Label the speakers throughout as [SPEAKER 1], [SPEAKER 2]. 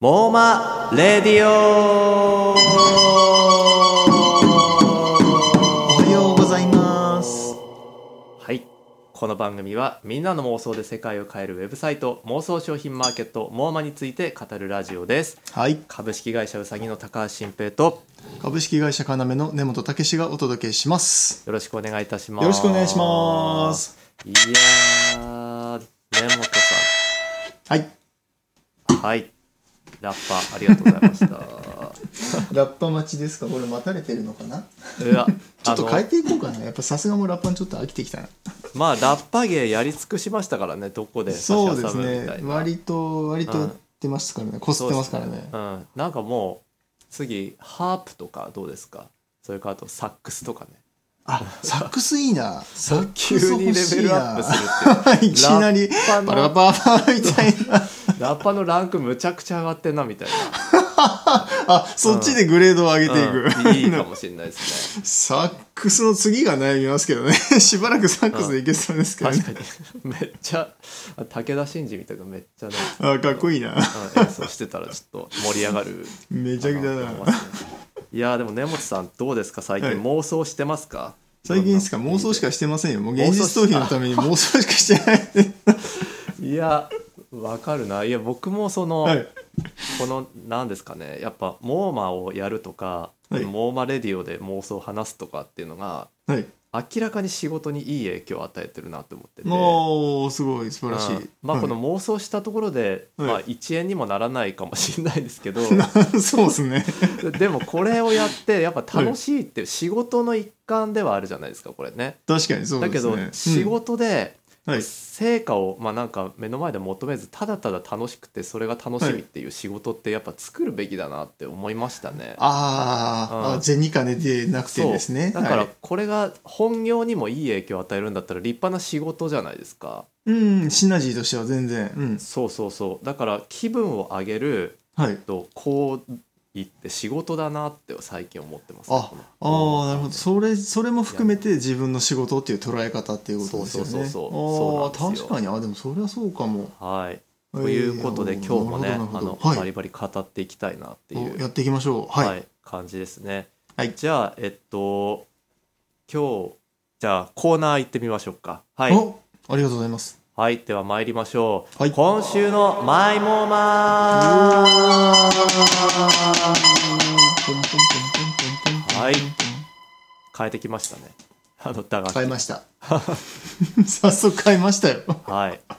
[SPEAKER 1] モーマレディオ
[SPEAKER 2] おはようございます。
[SPEAKER 1] はいこの番組はみんなの妄想で世界を変えるウェブサイト妄想商品マーケットモーマについて語るラジオです
[SPEAKER 2] はい。
[SPEAKER 1] 株式会社うさぎの高橋新平と
[SPEAKER 2] 株式会社カナメの根本武史がお届けします。
[SPEAKER 1] よろしくお願いいたします
[SPEAKER 2] よろしくお願いします
[SPEAKER 1] いやー根本
[SPEAKER 2] はい。
[SPEAKER 1] さんはいラッパーありがとうございま した
[SPEAKER 2] ラッパ待ちですかこれ待たれてるのかな
[SPEAKER 1] うわ
[SPEAKER 2] ちょっと変え
[SPEAKER 1] あの
[SPEAKER 2] ていこうかな。やっぱさすがもうラッパンちょっと飽きてきたな。
[SPEAKER 1] まあラッパ芸やり尽くしましたからねどこで差し
[SPEAKER 2] そうで
[SPEAKER 1] 挟
[SPEAKER 2] す
[SPEAKER 1] むみた
[SPEAKER 2] ね。
[SPEAKER 1] いな
[SPEAKER 2] 割と、割とやってますからね。こすってますから
[SPEAKER 1] そうで
[SPEAKER 2] ね
[SPEAKER 1] す。うん、なんかもう次ハープとかどうですかそれからあとサックスとかね
[SPEAKER 2] あ、サックスいいな。サック
[SPEAKER 1] 急
[SPEAKER 2] ス
[SPEAKER 1] にレ
[SPEAKER 2] 欲し
[SPEAKER 1] ベ
[SPEAKER 2] い
[SPEAKER 1] ルアッ
[SPEAKER 2] な
[SPEAKER 1] プ。す
[SPEAKER 2] い きなり
[SPEAKER 1] ラッパ、の
[SPEAKER 2] バラバラバラみたいな。
[SPEAKER 1] るってラッパのランクむちゃくちゃ上がってんなみたい
[SPEAKER 2] あ、そっちでグレードを上げていく。
[SPEAKER 1] な、うん、いいかもしれないですね
[SPEAKER 2] サックスの次が悩みますけどね しばらくサックスでいけそうですけどね
[SPEAKER 1] 確かにめっちゃあ武田真治みたいなめっちゃね、
[SPEAKER 2] あかっこいい
[SPEAKER 1] う
[SPEAKER 2] な
[SPEAKER 1] ん演奏してたらちょっと盛り上がる
[SPEAKER 2] めちゃくちゃ
[SPEAKER 1] か
[SPEAKER 2] だ
[SPEAKER 1] なと思い
[SPEAKER 2] な
[SPEAKER 1] ますねいやーでも根本さんどうですか最近
[SPEAKER 2] はい
[SPEAKER 1] 妄想してますか
[SPEAKER 2] 最近ですか
[SPEAKER 1] いろんな
[SPEAKER 2] 妄想しかしてませんよもう現
[SPEAKER 1] 妄想し
[SPEAKER 2] 実逃避のために妄想しかしてない
[SPEAKER 1] いやわかるないや僕もその、
[SPEAKER 2] はい
[SPEAKER 1] この何ですかねやっぱモーマをやるとか、
[SPEAKER 2] はい
[SPEAKER 1] モーマレディオで妄想を話すとかっていうのが
[SPEAKER 2] はい
[SPEAKER 1] 明らかに仕事にいい影響を与えてるなって思ってて、
[SPEAKER 2] もうすごい素晴らし
[SPEAKER 1] う
[SPEAKER 2] い
[SPEAKER 1] んまあ、こ
[SPEAKER 2] は
[SPEAKER 1] の妄想したところで、
[SPEAKER 2] はい
[SPEAKER 1] まあ、1円にもならないかもしれないですけど
[SPEAKER 2] いそうですね
[SPEAKER 1] でもこれをやってやっぱ楽しいって仕事の一環ではあるじゃないですかこれね。
[SPEAKER 2] 確かにそう
[SPEAKER 1] だ
[SPEAKER 2] で
[SPEAKER 1] け
[SPEAKER 2] すね
[SPEAKER 1] ど仕事で
[SPEAKER 2] うんはい
[SPEAKER 1] 成果をまあなんか目の前で求めずただただ楽しくてそれが楽しみっていう仕事ってやっぱ作るべきだなって思いましたね。
[SPEAKER 2] あー
[SPEAKER 1] うん
[SPEAKER 2] あ銭金でなくて
[SPEAKER 1] そう
[SPEAKER 2] ですね
[SPEAKER 1] だから
[SPEAKER 2] はい
[SPEAKER 1] これが本業にもいい影響を与えるんだったら立派な仕事じゃないですか
[SPEAKER 2] うんシナジーとしては全然うん
[SPEAKER 1] そうそうそうだから気分を上げる
[SPEAKER 2] はい
[SPEAKER 1] とこう言って仕事だなって最近思ってますね、
[SPEAKER 2] あ
[SPEAKER 1] この
[SPEAKER 2] あーなるほどそれそれも含めて自分の仕事っていう捉え方っていうことですよね
[SPEAKER 1] そうそうそうそう
[SPEAKER 2] あー
[SPEAKER 1] そうなんですよ
[SPEAKER 2] 確かにあでもそれはそうかも
[SPEAKER 1] はいということで、
[SPEAKER 2] えー
[SPEAKER 1] 今日もね
[SPEAKER 2] な
[SPEAKER 1] あ
[SPEAKER 2] るほどな
[SPEAKER 1] の
[SPEAKER 2] る、ほど
[SPEAKER 1] バ
[SPEAKER 2] は
[SPEAKER 1] リ
[SPEAKER 2] い
[SPEAKER 1] バリ語っていきたいなってい
[SPEAKER 2] おや
[SPEAKER 1] う、
[SPEAKER 2] っていきましょう
[SPEAKER 1] はい
[SPEAKER 2] はい、
[SPEAKER 1] 感じですね、
[SPEAKER 2] はい
[SPEAKER 1] じゃあえっと今日じゃあコーナー行ってみましょうかはい
[SPEAKER 2] おありがとうございます
[SPEAKER 1] はいでは参りましょう、
[SPEAKER 2] はい
[SPEAKER 1] 今週のマイモー
[SPEAKER 2] う
[SPEAKER 1] マーは
[SPEAKER 2] はい
[SPEAKER 1] 変えてきましたねあの打楽器
[SPEAKER 2] 買いました 早速買いましたよ
[SPEAKER 1] はい。え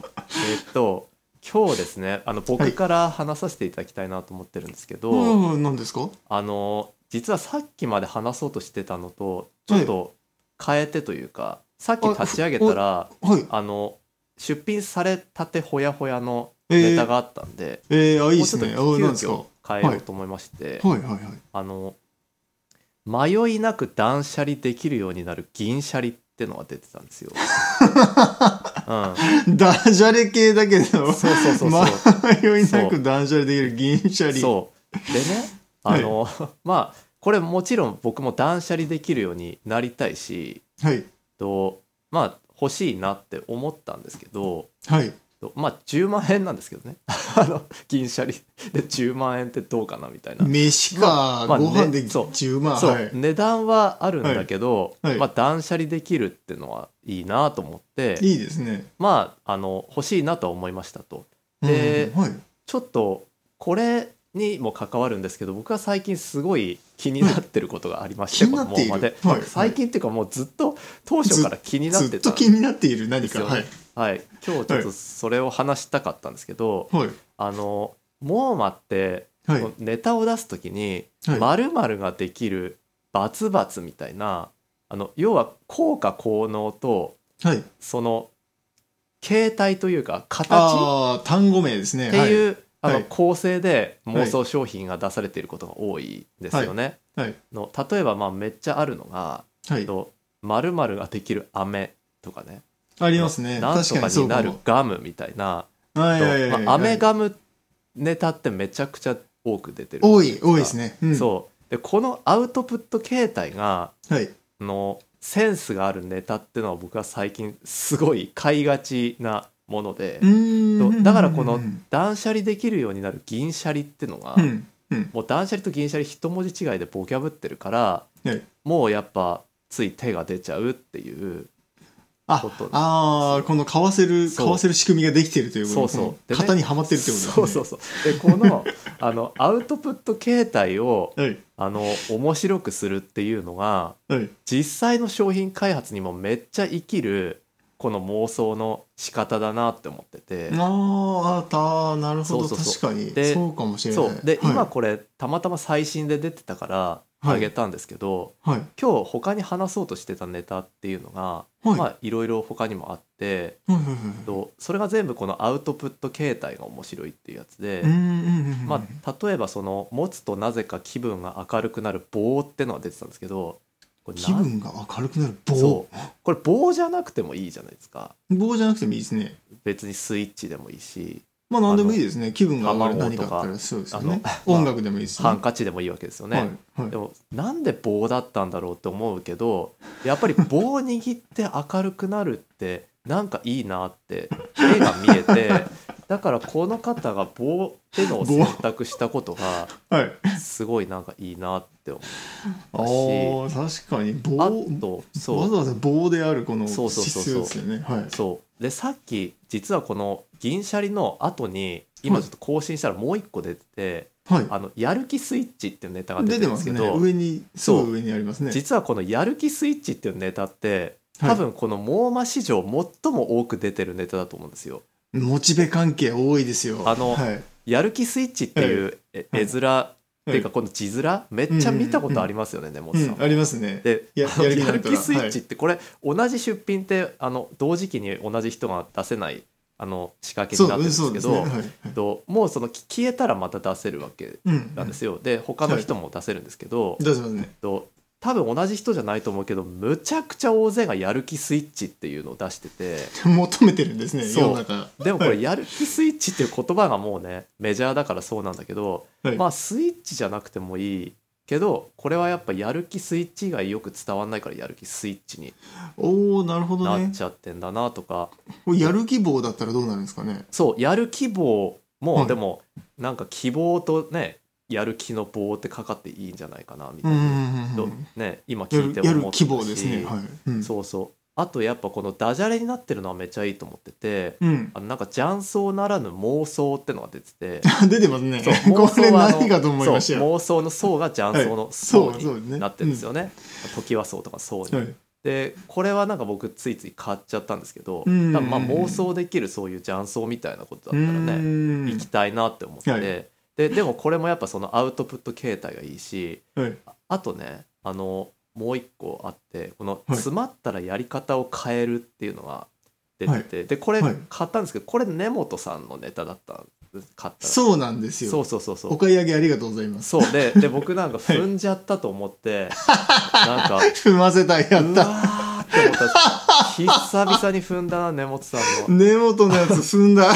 [SPEAKER 1] っと、今日ですね、あの、
[SPEAKER 2] は
[SPEAKER 1] 僕
[SPEAKER 2] い
[SPEAKER 1] から話させていただきたいなと思ってるんですけど、
[SPEAKER 2] うん 何ですか
[SPEAKER 1] あの、実はさっきまで話そうとしてたのと、ちょっと変えてというか、さっき立ち上げたら、
[SPEAKER 2] はい
[SPEAKER 1] あの、出品されたてほやほやの
[SPEAKER 2] えー
[SPEAKER 1] ネタがあったんで、
[SPEAKER 2] えー、あい
[SPEAKER 1] も
[SPEAKER 2] いで
[SPEAKER 1] うち
[SPEAKER 2] す
[SPEAKER 1] ょっと
[SPEAKER 2] ね
[SPEAKER 1] 急
[SPEAKER 2] あ何ですか
[SPEAKER 1] 遽
[SPEAKER 2] は
[SPEAKER 1] 変えようと思いまして、
[SPEAKER 2] いはいはい
[SPEAKER 1] あの、迷いなく断捨離できるようになる銀シャリってのが出てたん ですよ。うん。
[SPEAKER 2] ダジャレ系だけど
[SPEAKER 1] そうそうそうそう。
[SPEAKER 2] 迷いなく断捨離できる銀シャリ
[SPEAKER 1] そうでねあの、 まあこれもちろん僕も断捨離できるようになりたいし
[SPEAKER 2] はい
[SPEAKER 1] とまあ欲しいなって思ったんですけど
[SPEAKER 2] はい
[SPEAKER 1] とまあ10万円なんですけどね あの銀シャリで10万円ってどうかなみたいな、
[SPEAKER 2] 飯
[SPEAKER 1] まあま
[SPEAKER 2] か、
[SPEAKER 1] あ
[SPEAKER 2] ご飯で
[SPEAKER 1] ねそう
[SPEAKER 2] 10万、
[SPEAKER 1] そう、
[SPEAKER 2] はい、
[SPEAKER 1] 値段はあるんだけど、
[SPEAKER 2] はいはい
[SPEAKER 1] まあ、断捨離できるってのはいいなと思って
[SPEAKER 2] いいですね
[SPEAKER 1] まああの欲しいなとは思いましたと。で
[SPEAKER 2] うんはい、
[SPEAKER 1] ちょっとこれにも関わるんですけど僕は最近すごい気になってることがありまして、
[SPEAKER 2] うん
[SPEAKER 1] このモーマで
[SPEAKER 2] 気になっているはい
[SPEAKER 1] 最近っていうかもうずっと当初から気になっ
[SPEAKER 2] ず
[SPEAKER 1] て
[SPEAKER 2] ったと気になっている何
[SPEAKER 1] です
[SPEAKER 2] か
[SPEAKER 1] よ
[SPEAKER 2] はい
[SPEAKER 1] はい、今日ちょっとそれを話したかったんですけど、
[SPEAKER 2] はい
[SPEAKER 1] あのモーマって、
[SPEAKER 2] はい
[SPEAKER 1] こうネタを出す時に
[SPEAKER 2] はい
[SPEAKER 1] 〇〇ができるバツバツみたいなあの要は効果効能と
[SPEAKER 2] はい
[SPEAKER 1] その形態というか形
[SPEAKER 2] ああ単語名ですね
[SPEAKER 1] っていう、あの
[SPEAKER 2] はい
[SPEAKER 1] 構成で妄想商品が出されていることが多いですよね。
[SPEAKER 2] はいはい
[SPEAKER 1] の例えばまあめっちゃあるのが
[SPEAKER 2] は
[SPEAKER 1] えっ
[SPEAKER 2] い、はい、
[SPEAKER 1] と〇〇ができる飴とかね
[SPEAKER 2] ありますね
[SPEAKER 1] なんと
[SPEAKER 2] 確か
[SPEAKER 1] か
[SPEAKER 2] にそ
[SPEAKER 1] に
[SPEAKER 2] う
[SPEAKER 1] な
[SPEAKER 2] か
[SPEAKER 1] る
[SPEAKER 2] も
[SPEAKER 1] ガムみたいな
[SPEAKER 2] はいはいはい
[SPEAKER 1] と
[SPEAKER 2] はい
[SPEAKER 1] まあ飴ガムネタってめちゃくちゃ多く出てる
[SPEAKER 2] 多い多いですね、うん、
[SPEAKER 1] そうでこのアウトプット形態が
[SPEAKER 2] はい
[SPEAKER 1] あのセンスがあるネタっていうのは僕は最近すごい買いがちなもので
[SPEAKER 2] うーん
[SPEAKER 1] と
[SPEAKER 2] うんうん
[SPEAKER 1] だからこの
[SPEAKER 2] うん
[SPEAKER 1] 断捨離できるようになる銀シャリってのが、
[SPEAKER 2] うんうん
[SPEAKER 1] もう断捨離と銀シャリ一文字違いでボキャブってるから
[SPEAKER 2] ね
[SPEAKER 1] もうやっぱつい手が出ちゃうっていう
[SPEAKER 2] あ
[SPEAKER 1] こと
[SPEAKER 2] あーこの買わせる
[SPEAKER 1] そう
[SPEAKER 2] 買わせる仕組みができてるということ
[SPEAKER 1] そうそう
[SPEAKER 2] こ
[SPEAKER 1] で
[SPEAKER 2] の
[SPEAKER 1] ね
[SPEAKER 2] 型にはまってるってことですね
[SPEAKER 1] そうそうそうでこのあのアウトプット形態を
[SPEAKER 2] はい
[SPEAKER 1] あの面白くするっていうのが
[SPEAKER 2] はい
[SPEAKER 1] 実際の商品開発にもめっちゃ生きるこの妄想の仕方だなって思ってて
[SPEAKER 2] あーあたなるほど
[SPEAKER 1] そうそうそう
[SPEAKER 2] 確かに
[SPEAKER 1] で
[SPEAKER 2] そうかもしれな
[SPEAKER 1] そ
[SPEAKER 2] いう
[SPEAKER 1] で、
[SPEAKER 2] はい
[SPEAKER 1] 今これたまたま最新で出てたから
[SPEAKER 2] はい
[SPEAKER 1] あげたんですけど、
[SPEAKER 2] はい
[SPEAKER 1] 今日他に話そうとしてたネタっていうのが、
[SPEAKER 2] はい
[SPEAKER 1] まあいろいろ他にもあって
[SPEAKER 2] はいはいはい
[SPEAKER 1] とそれが全部このアウトプット形態が面白いっていうやつで。
[SPEAKER 2] うんうんうんうん
[SPEAKER 1] まあ、例えばその持つとなぜか気分が明るくなる棒ってのが出てたんですけどこれな
[SPEAKER 2] 気分が明るくなる棒
[SPEAKER 1] そうこれ棒じゃなくてもいいじゃないですか
[SPEAKER 2] 棒じゃなくてもいいですね
[SPEAKER 1] 別にスイッチでもいいし
[SPEAKER 2] まあ何でもいいですね気分が上がる
[SPEAKER 1] 卵
[SPEAKER 2] 何
[SPEAKER 1] と
[SPEAKER 2] か
[SPEAKER 1] か
[SPEAKER 2] あったらそうですよね
[SPEAKER 1] あの
[SPEAKER 2] 音楽でもいいですね
[SPEAKER 1] ハンカチでもいいわけですよね、
[SPEAKER 2] はい
[SPEAKER 1] で
[SPEAKER 2] はい
[SPEAKER 1] もなんで棒だったんだろうって思うけどやっぱり棒握って明るくなるってなんかいいなって絵が見え てだからこの方が棒ってのを選択したことが
[SPEAKER 2] はい
[SPEAKER 1] すごいなんかいいなって思
[SPEAKER 2] あ
[SPEAKER 1] う
[SPEAKER 2] ー確かに
[SPEAKER 1] うあ
[SPEAKER 2] 棒
[SPEAKER 1] とそう
[SPEAKER 2] わざわざ棒であるこの
[SPEAKER 1] そうそうそうそう
[SPEAKER 2] 指数ですよねはい
[SPEAKER 1] そうでさっき実はこの銀シャリの後に今ちょっと更新したらもう一個出てて、
[SPEAKER 2] はい
[SPEAKER 1] あのやる気スイッチっていうネタが出
[SPEAKER 2] 出
[SPEAKER 1] て
[SPEAKER 2] て
[SPEAKER 1] るん
[SPEAKER 2] ま
[SPEAKER 1] です
[SPEAKER 2] す
[SPEAKER 1] け
[SPEAKER 2] ね
[SPEAKER 1] ど
[SPEAKER 2] 上にす
[SPEAKER 1] そう
[SPEAKER 2] ぐ上にありますね
[SPEAKER 1] 実はこのやる気スイッチっていうネタって
[SPEAKER 2] はい
[SPEAKER 1] 多分このモーマ史上最も多く出てるネタだと思うんですよ。
[SPEAKER 2] モチベ関係多いですよ
[SPEAKER 1] あの
[SPEAKER 2] はい
[SPEAKER 1] やる気スイッチっていうえ絵面っていうかこの字面めっちゃ見たことありますよね根本
[SPEAKER 2] う
[SPEAKER 1] さん
[SPEAKER 2] ん
[SPEAKER 1] も。
[SPEAKER 2] ありますね
[SPEAKER 1] で
[SPEAKER 2] や
[SPEAKER 1] あの
[SPEAKER 2] や
[SPEAKER 1] や
[SPEAKER 2] る気になる
[SPEAKER 1] る
[SPEAKER 2] から
[SPEAKER 1] 気スイッチってこれ同じ出品ってあの同時期に同じ人が出せないあの仕掛け
[SPEAKER 2] そ
[SPEAKER 1] になっ
[SPEAKER 2] う
[SPEAKER 1] て
[SPEAKER 2] う
[SPEAKER 1] る
[SPEAKER 2] ん
[SPEAKER 1] んで
[SPEAKER 2] そ
[SPEAKER 1] す
[SPEAKER 2] う
[SPEAKER 1] け
[SPEAKER 2] ですね
[SPEAKER 1] ど
[SPEAKER 2] はいはい
[SPEAKER 1] えっともうその消えたらまた出せるわけ
[SPEAKER 2] うん
[SPEAKER 1] なんですよ、で他の人も出せるんですけど、えっ
[SPEAKER 2] 出せますね
[SPEAKER 1] と多分同じ人じゃないと思うけどむちゃくちゃ大勢がやる気スイッチっていうのを出してて
[SPEAKER 2] 求めてるんですね
[SPEAKER 1] そう
[SPEAKER 2] 世の中
[SPEAKER 1] でもこ
[SPEAKER 2] は
[SPEAKER 1] れ
[SPEAKER 2] い
[SPEAKER 1] やる気スイッチっていう言葉がもうねメジャーだからそうなんだけど、
[SPEAKER 2] はい
[SPEAKER 1] まあスイッチじゃなくてもいいけどこれはやっぱやる気スイッチ以外よく伝わんないからやる気スイッチに
[SPEAKER 2] おおなるほど
[SPEAKER 1] なっ
[SPEAKER 2] ね
[SPEAKER 1] ちゃってんだなとか、
[SPEAKER 2] これやる気棒だったらどうなるんですかね
[SPEAKER 1] そうやる希望も、
[SPEAKER 2] はい
[SPEAKER 1] でもなんか希望とねやる気の棒ってかかっていいんじゃないかなみた
[SPEAKER 2] う
[SPEAKER 1] い
[SPEAKER 2] ん
[SPEAKER 1] な。
[SPEAKER 2] うんう
[SPEAKER 1] と
[SPEAKER 2] ん
[SPEAKER 1] ね、今
[SPEAKER 2] や
[SPEAKER 1] 聞いて
[SPEAKER 2] るや
[SPEAKER 1] 思
[SPEAKER 2] る
[SPEAKER 1] ったし
[SPEAKER 2] 希望ですねはいうん
[SPEAKER 1] そうそうあとやっぱこのダジャレになってるのはめちゃいいと思ってて
[SPEAKER 2] うん
[SPEAKER 1] あのなんか雀荘ならぬ妄想ってのが出てて
[SPEAKER 2] 出てますね
[SPEAKER 1] そう
[SPEAKER 2] これ
[SPEAKER 1] はあの
[SPEAKER 2] 何かと思いました
[SPEAKER 1] そう
[SPEAKER 2] よ
[SPEAKER 1] 妄想の層が雀荘の層
[SPEAKER 2] そう
[SPEAKER 1] に
[SPEAKER 2] そうですね
[SPEAKER 1] なってるんですよね、時は層とか層に、
[SPEAKER 2] はい
[SPEAKER 1] でこれはなんか僕ついつい買っちゃったんですけど、
[SPEAKER 2] うん
[SPEAKER 1] 多分まあ妄想できるそういう雀荘みたいなこと
[SPEAKER 2] う
[SPEAKER 1] だったらね
[SPEAKER 2] ん
[SPEAKER 1] 行きたいなって思って、
[SPEAKER 2] はい
[SPEAKER 1] ででもこれもやっぱそのアウトプット形態がいいし
[SPEAKER 2] はい
[SPEAKER 1] ああとねあのもう一個あってこの「
[SPEAKER 2] はい
[SPEAKER 1] 詰まったらやり方を変える」っていうのが出てて、でこれ
[SPEAKER 2] はい
[SPEAKER 1] 買ったんですけどこれ根本さんのネタだったんです買ったの
[SPEAKER 2] そうなんですよ
[SPEAKER 1] そうそうそうそ
[SPEAKER 2] お
[SPEAKER 1] う
[SPEAKER 2] 買い上げありがとうございます
[SPEAKER 1] そうでで僕なんか踏んじゃったと思 って、なんか
[SPEAKER 2] 踏ませたいや
[SPEAKER 1] う
[SPEAKER 2] っ
[SPEAKER 1] わ
[SPEAKER 2] た
[SPEAKER 1] ーって思った んです久々に踏んだな根本さんの
[SPEAKER 2] 根元のやつ 踏んだ
[SPEAKER 1] 買っ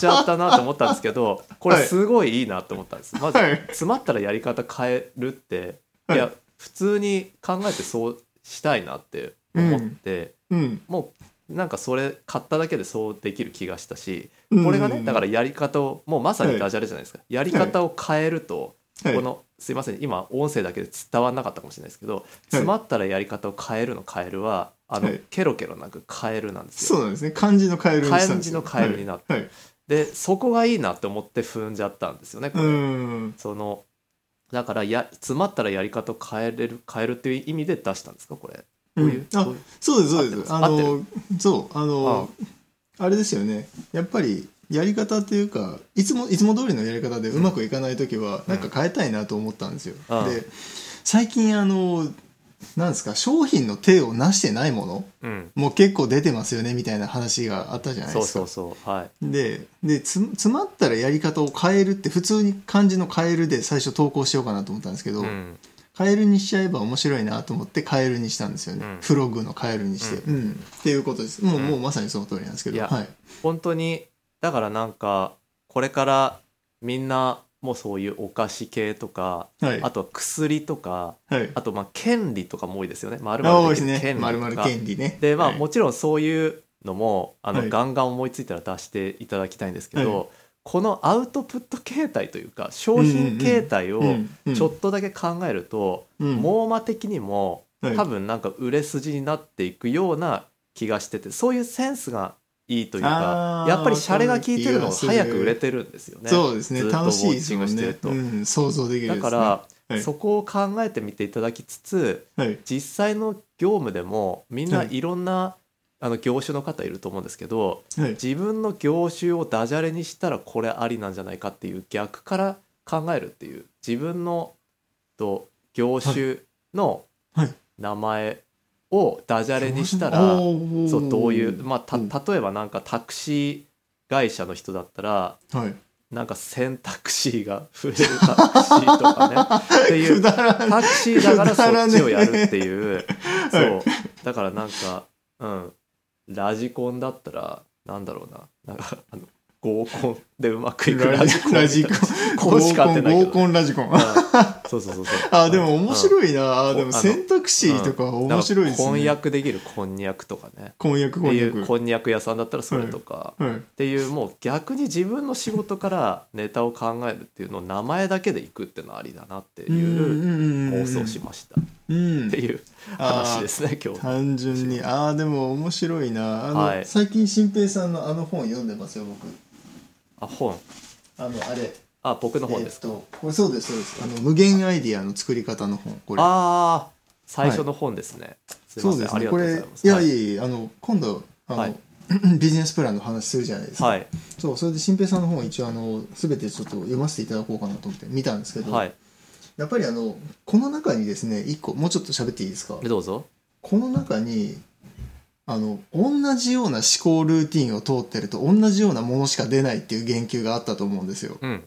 [SPEAKER 1] ちゃったなと思ったんですけどこれ
[SPEAKER 2] はい
[SPEAKER 1] すごいいいなと思ったんです、まず
[SPEAKER 2] はい
[SPEAKER 1] 詰まったらやり方変えるって、、
[SPEAKER 2] はいい
[SPEAKER 1] や普通に考えてそうしたいなって思って、
[SPEAKER 2] うん
[SPEAKER 1] もうなんかそれ買っただけでそうできる気がしたし
[SPEAKER 2] うん
[SPEAKER 1] これがねだからやり方をもうまさにダジャレじゃないですか、やり方を変えると、
[SPEAKER 2] はい
[SPEAKER 1] このすいません今音声だけで伝わんなかったかもしれないですけど「詰まったらやり方を変える」の「変えるは」あの、
[SPEAKER 2] はい
[SPEAKER 1] ケロケロなく「変える」なんですよ。
[SPEAKER 2] そうなんですね漢字のカエルにしたん
[SPEAKER 1] 漢
[SPEAKER 2] です
[SPEAKER 1] 字
[SPEAKER 2] よ
[SPEAKER 1] のカエルになった
[SPEAKER 2] はいはい
[SPEAKER 1] でそこがいいなって思って踏んじゃったんですよねこ
[SPEAKER 2] う
[SPEAKER 1] れ
[SPEAKER 2] ん
[SPEAKER 1] そのだからや詰まったらやり方を変えれる変えるっていう意味で出したんですかこれこういう
[SPEAKER 2] うんあ
[SPEAKER 1] こういう
[SPEAKER 2] そうですそう
[SPEAKER 1] 合って
[SPEAKER 2] で
[SPEAKER 1] ます
[SPEAKER 2] すあのそうあのあれですよねやっぱりやり方っていうかいつもいつも通りのやり方でうまくいかない時はなんか変えたいなと思ったんですよ、
[SPEAKER 1] うん
[SPEAKER 2] で最近あのなんですか商品の手をなしてないもの
[SPEAKER 1] うん
[SPEAKER 2] もう結構出てますよねみたいな話があったじゃない
[SPEAKER 1] そ
[SPEAKER 2] で
[SPEAKER 1] う
[SPEAKER 2] すか
[SPEAKER 1] そうそうはい
[SPEAKER 2] ででつ詰まったらやり方を変えるって普通に漢字の「変える」で最初投稿しようかなと思ったんですけど、
[SPEAKER 1] うん
[SPEAKER 2] カエルにしちゃえば面白いなと思ってカエルにしたんですよね、
[SPEAKER 1] うん
[SPEAKER 2] フログのカエルにして、うんっていうことですも
[SPEAKER 1] う
[SPEAKER 2] う,、
[SPEAKER 1] ん
[SPEAKER 2] もうまさにその通りなんですけ
[SPEAKER 1] い
[SPEAKER 2] ど
[SPEAKER 1] や
[SPEAKER 2] はい、
[SPEAKER 1] 本当にだからなんかこれからみんなもうそういうお菓子系とか
[SPEAKER 2] はい
[SPEAKER 1] あとは薬とか
[SPEAKER 2] はい、
[SPEAKER 1] あとまあ権利とかも多いですよねまる
[SPEAKER 2] あ多い
[SPEAKER 1] ま
[SPEAKER 2] で
[SPEAKER 1] る権
[SPEAKER 2] す
[SPEAKER 1] 利
[SPEAKER 2] ねまるま
[SPEAKER 1] と
[SPEAKER 2] る
[SPEAKER 1] か
[SPEAKER 2] 権利ね
[SPEAKER 1] でまあ
[SPEAKER 2] はい
[SPEAKER 1] もちろんそういうのもあの、
[SPEAKER 2] はい
[SPEAKER 1] ガンガン思いついたら出していただきたいんですけど、
[SPEAKER 2] は
[SPEAKER 1] このアウトプット形態というか商品形態をちょっとだけ考えると、
[SPEAKER 2] うん
[SPEAKER 1] 網膜的にも
[SPEAKER 2] はい
[SPEAKER 1] 多分なんか売れ筋になっていくような気がしててそういうセンスがいいというか
[SPEAKER 2] あー
[SPEAKER 1] やっぱりシャレが効いてるのが
[SPEAKER 2] そういう気
[SPEAKER 1] 早
[SPEAKER 2] がする
[SPEAKER 1] く売れてるんですよね。
[SPEAKER 2] そうですね
[SPEAKER 1] ずっと
[SPEAKER 2] 楽しいですもん
[SPEAKER 1] ウォッチングして
[SPEAKER 2] ね
[SPEAKER 1] ると
[SPEAKER 2] うん想像できるです
[SPEAKER 1] だ
[SPEAKER 2] ね
[SPEAKER 1] から、
[SPEAKER 2] はい
[SPEAKER 1] そこを考えてみていただきつつ
[SPEAKER 2] はい
[SPEAKER 1] 実際の業務でもみんな
[SPEAKER 2] はい
[SPEAKER 1] いろんな、あの業種の方いると思うんですけど
[SPEAKER 2] はい
[SPEAKER 1] 自分の業種をダジャレにしたらこれありなんじゃないかっていう逆から考えるっていう自分のと業種の
[SPEAKER 2] はいはい
[SPEAKER 1] 名前をダジャレにしたら、そ
[SPEAKER 2] そう
[SPEAKER 1] どういう、まあ、た
[SPEAKER 2] うん
[SPEAKER 1] 例えばなんかタクシー会社の人だったら
[SPEAKER 2] はい
[SPEAKER 1] なんか選択肢が増えるタクシーとかねっていう
[SPEAKER 2] くだらない
[SPEAKER 1] タクシーだから
[SPEAKER 2] くだ
[SPEAKER 1] そ
[SPEAKER 2] ら
[SPEAKER 1] っ
[SPEAKER 2] ねえ
[SPEAKER 1] ちをやるっていう、 そ
[SPEAKER 2] は
[SPEAKER 1] うだからなんかうんラジコンだったらなんだろうななんかあの合コンでうまくいくラ
[SPEAKER 2] ラ
[SPEAKER 1] ジ
[SPEAKER 2] ジ
[SPEAKER 1] コ
[SPEAKER 2] コ
[SPEAKER 1] ンみたい
[SPEAKER 2] ン
[SPEAKER 1] な
[SPEAKER 2] ラジコン
[SPEAKER 1] ここしか合ってないけど
[SPEAKER 2] 合コンラジコン
[SPEAKER 1] うんそうそうそうそう
[SPEAKER 2] あでも面
[SPEAKER 1] い、
[SPEAKER 2] 白いな、
[SPEAKER 1] うん
[SPEAKER 2] でも選択肢とか
[SPEAKER 1] うんだから
[SPEAKER 2] 面白いですね
[SPEAKER 1] 婚約できるこんにゃくとかね
[SPEAKER 2] 婚約
[SPEAKER 1] って
[SPEAKER 2] 婚
[SPEAKER 1] い
[SPEAKER 2] 約
[SPEAKER 1] うこんにゃく屋さんだったらそれとか、
[SPEAKER 2] はい
[SPEAKER 1] っていうもう逆に自分の仕事からネタを考えるっていうのを名前だけでいくっていうのはありだなっていう
[SPEAKER 2] 妄
[SPEAKER 1] 妄想しましたっ
[SPEAKER 2] うん
[SPEAKER 1] ていう話ですね今日。
[SPEAKER 2] 単純にああでも面白いなあの、
[SPEAKER 1] はい
[SPEAKER 2] 最近新平さんのあの本読んでますよ僕
[SPEAKER 1] あ本
[SPEAKER 2] あのあれ
[SPEAKER 1] あ僕の本ですか。
[SPEAKER 2] えーっとこれそうですそうですあの無限アイディアの作り方の本これ
[SPEAKER 1] ああ最初の本ですね。すいま
[SPEAKER 2] そ
[SPEAKER 1] せ
[SPEAKER 2] うで
[SPEAKER 1] ん
[SPEAKER 2] す
[SPEAKER 1] ありが
[SPEAKER 2] ねこと
[SPEAKER 1] うござ
[SPEAKER 2] れ
[SPEAKER 1] い
[SPEAKER 2] い
[SPEAKER 1] ます。
[SPEAKER 2] や
[SPEAKER 1] はい
[SPEAKER 2] いやいやあの今度あの、
[SPEAKER 1] はい
[SPEAKER 2] ビジネスプランの話するじゃないですか、
[SPEAKER 1] はい
[SPEAKER 2] そうそれで新平さんの本を一応あの全てちょっと読ませていただこうかなと思って見たんですけど、
[SPEAKER 1] はい
[SPEAKER 2] やっぱりあのこの中にですね一個もうちょっと喋っていいですか
[SPEAKER 1] でどうぞ。
[SPEAKER 2] この中にあの同じような思考ルーティンを通ってると同じようなものしか出ないっていう言及があったと思うんですよ。
[SPEAKER 1] うん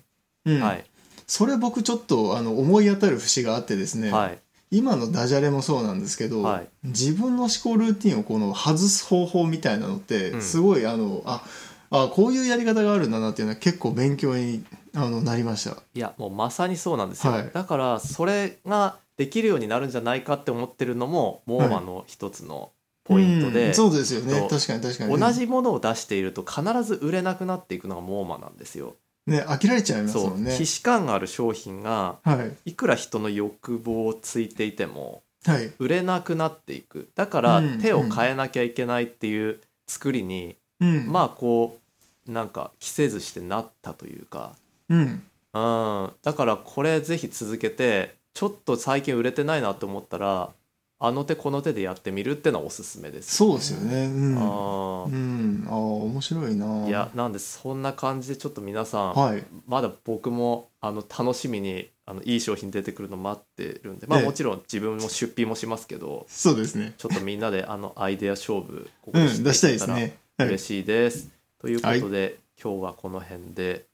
[SPEAKER 2] うん
[SPEAKER 1] はい
[SPEAKER 2] それ僕ちょっとあの思い当たる節があってですね、
[SPEAKER 1] はい
[SPEAKER 2] 今のダジャレもそうなんですけど、
[SPEAKER 1] はい
[SPEAKER 2] 自分の思考ルーティンをこの外す方法みたいなのっ
[SPEAKER 1] う
[SPEAKER 2] て
[SPEAKER 1] ん
[SPEAKER 2] すごい、あのああこういうやり方があるんだなっていうのは結構勉強にあのなりました。
[SPEAKER 1] いやもうまさにそうなんですよ。
[SPEAKER 2] はい
[SPEAKER 1] だからそれができるようになるんじゃないかって思ってるのもモーマの一つのポイントで。
[SPEAKER 2] うんそうですよ
[SPEAKER 1] えっ
[SPEAKER 2] ね
[SPEAKER 1] と
[SPEAKER 2] 確かに確かに
[SPEAKER 1] 同じものを出していると必ず売れなくなっていくのがモーマなんですよ。
[SPEAKER 2] ね飽きられちゃいます
[SPEAKER 1] そ
[SPEAKER 2] も
[SPEAKER 1] う、
[SPEAKER 2] んね
[SPEAKER 1] 既視感がある商品が
[SPEAKER 2] はい
[SPEAKER 1] いくら人の欲望をついていても
[SPEAKER 2] はい
[SPEAKER 1] 売れなくなっていく。だから
[SPEAKER 2] うん
[SPEAKER 1] 手を変えなきゃいけないっていう作りに、
[SPEAKER 2] うん
[SPEAKER 1] まあこうなんか着せずしてなったというか、
[SPEAKER 2] うん
[SPEAKER 1] うん、だからこれぜひ続けてちょっと最近売れてないなと思ったらあの手この手でやってみるってのはおすすめです。
[SPEAKER 2] そうですよねうん
[SPEAKER 1] あ
[SPEAKER 2] う
[SPEAKER 1] ー
[SPEAKER 2] ん、ああ面白いない
[SPEAKER 1] いやなんでそんな感じでちょっと皆さん
[SPEAKER 2] はい
[SPEAKER 1] まだ僕もあの楽しみにあのいい商品出てくるの待ってるんで、まあ、
[SPEAKER 2] ええ
[SPEAKER 1] もちろん自分も出費もしますけど、
[SPEAKER 2] そうですね
[SPEAKER 1] ちょっとみんなであのアイデア勝負ここ
[SPEAKER 2] う
[SPEAKER 1] で
[SPEAKER 2] ん出したいで
[SPEAKER 1] し
[SPEAKER 2] す
[SPEAKER 1] ていけ
[SPEAKER 2] ね
[SPEAKER 1] たら
[SPEAKER 2] はい
[SPEAKER 1] 嬉しいです。ということで、今日はこの辺でえっ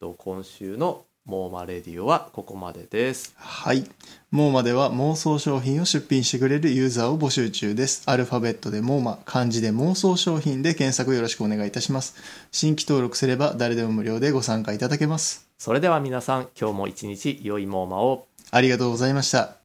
[SPEAKER 1] と今週の「モーマレディオ」はここまでです。
[SPEAKER 2] はいモーマでは妄想商品を出品してくれるユーザーを募集中ですアルファベットでモーマ漢字で妄想商品で検索よろしくお願いいたします新規登録すれば誰でも無料でご参加いただけます
[SPEAKER 1] それでは皆さん今日も一日良いモーマを
[SPEAKER 2] ありがとうございました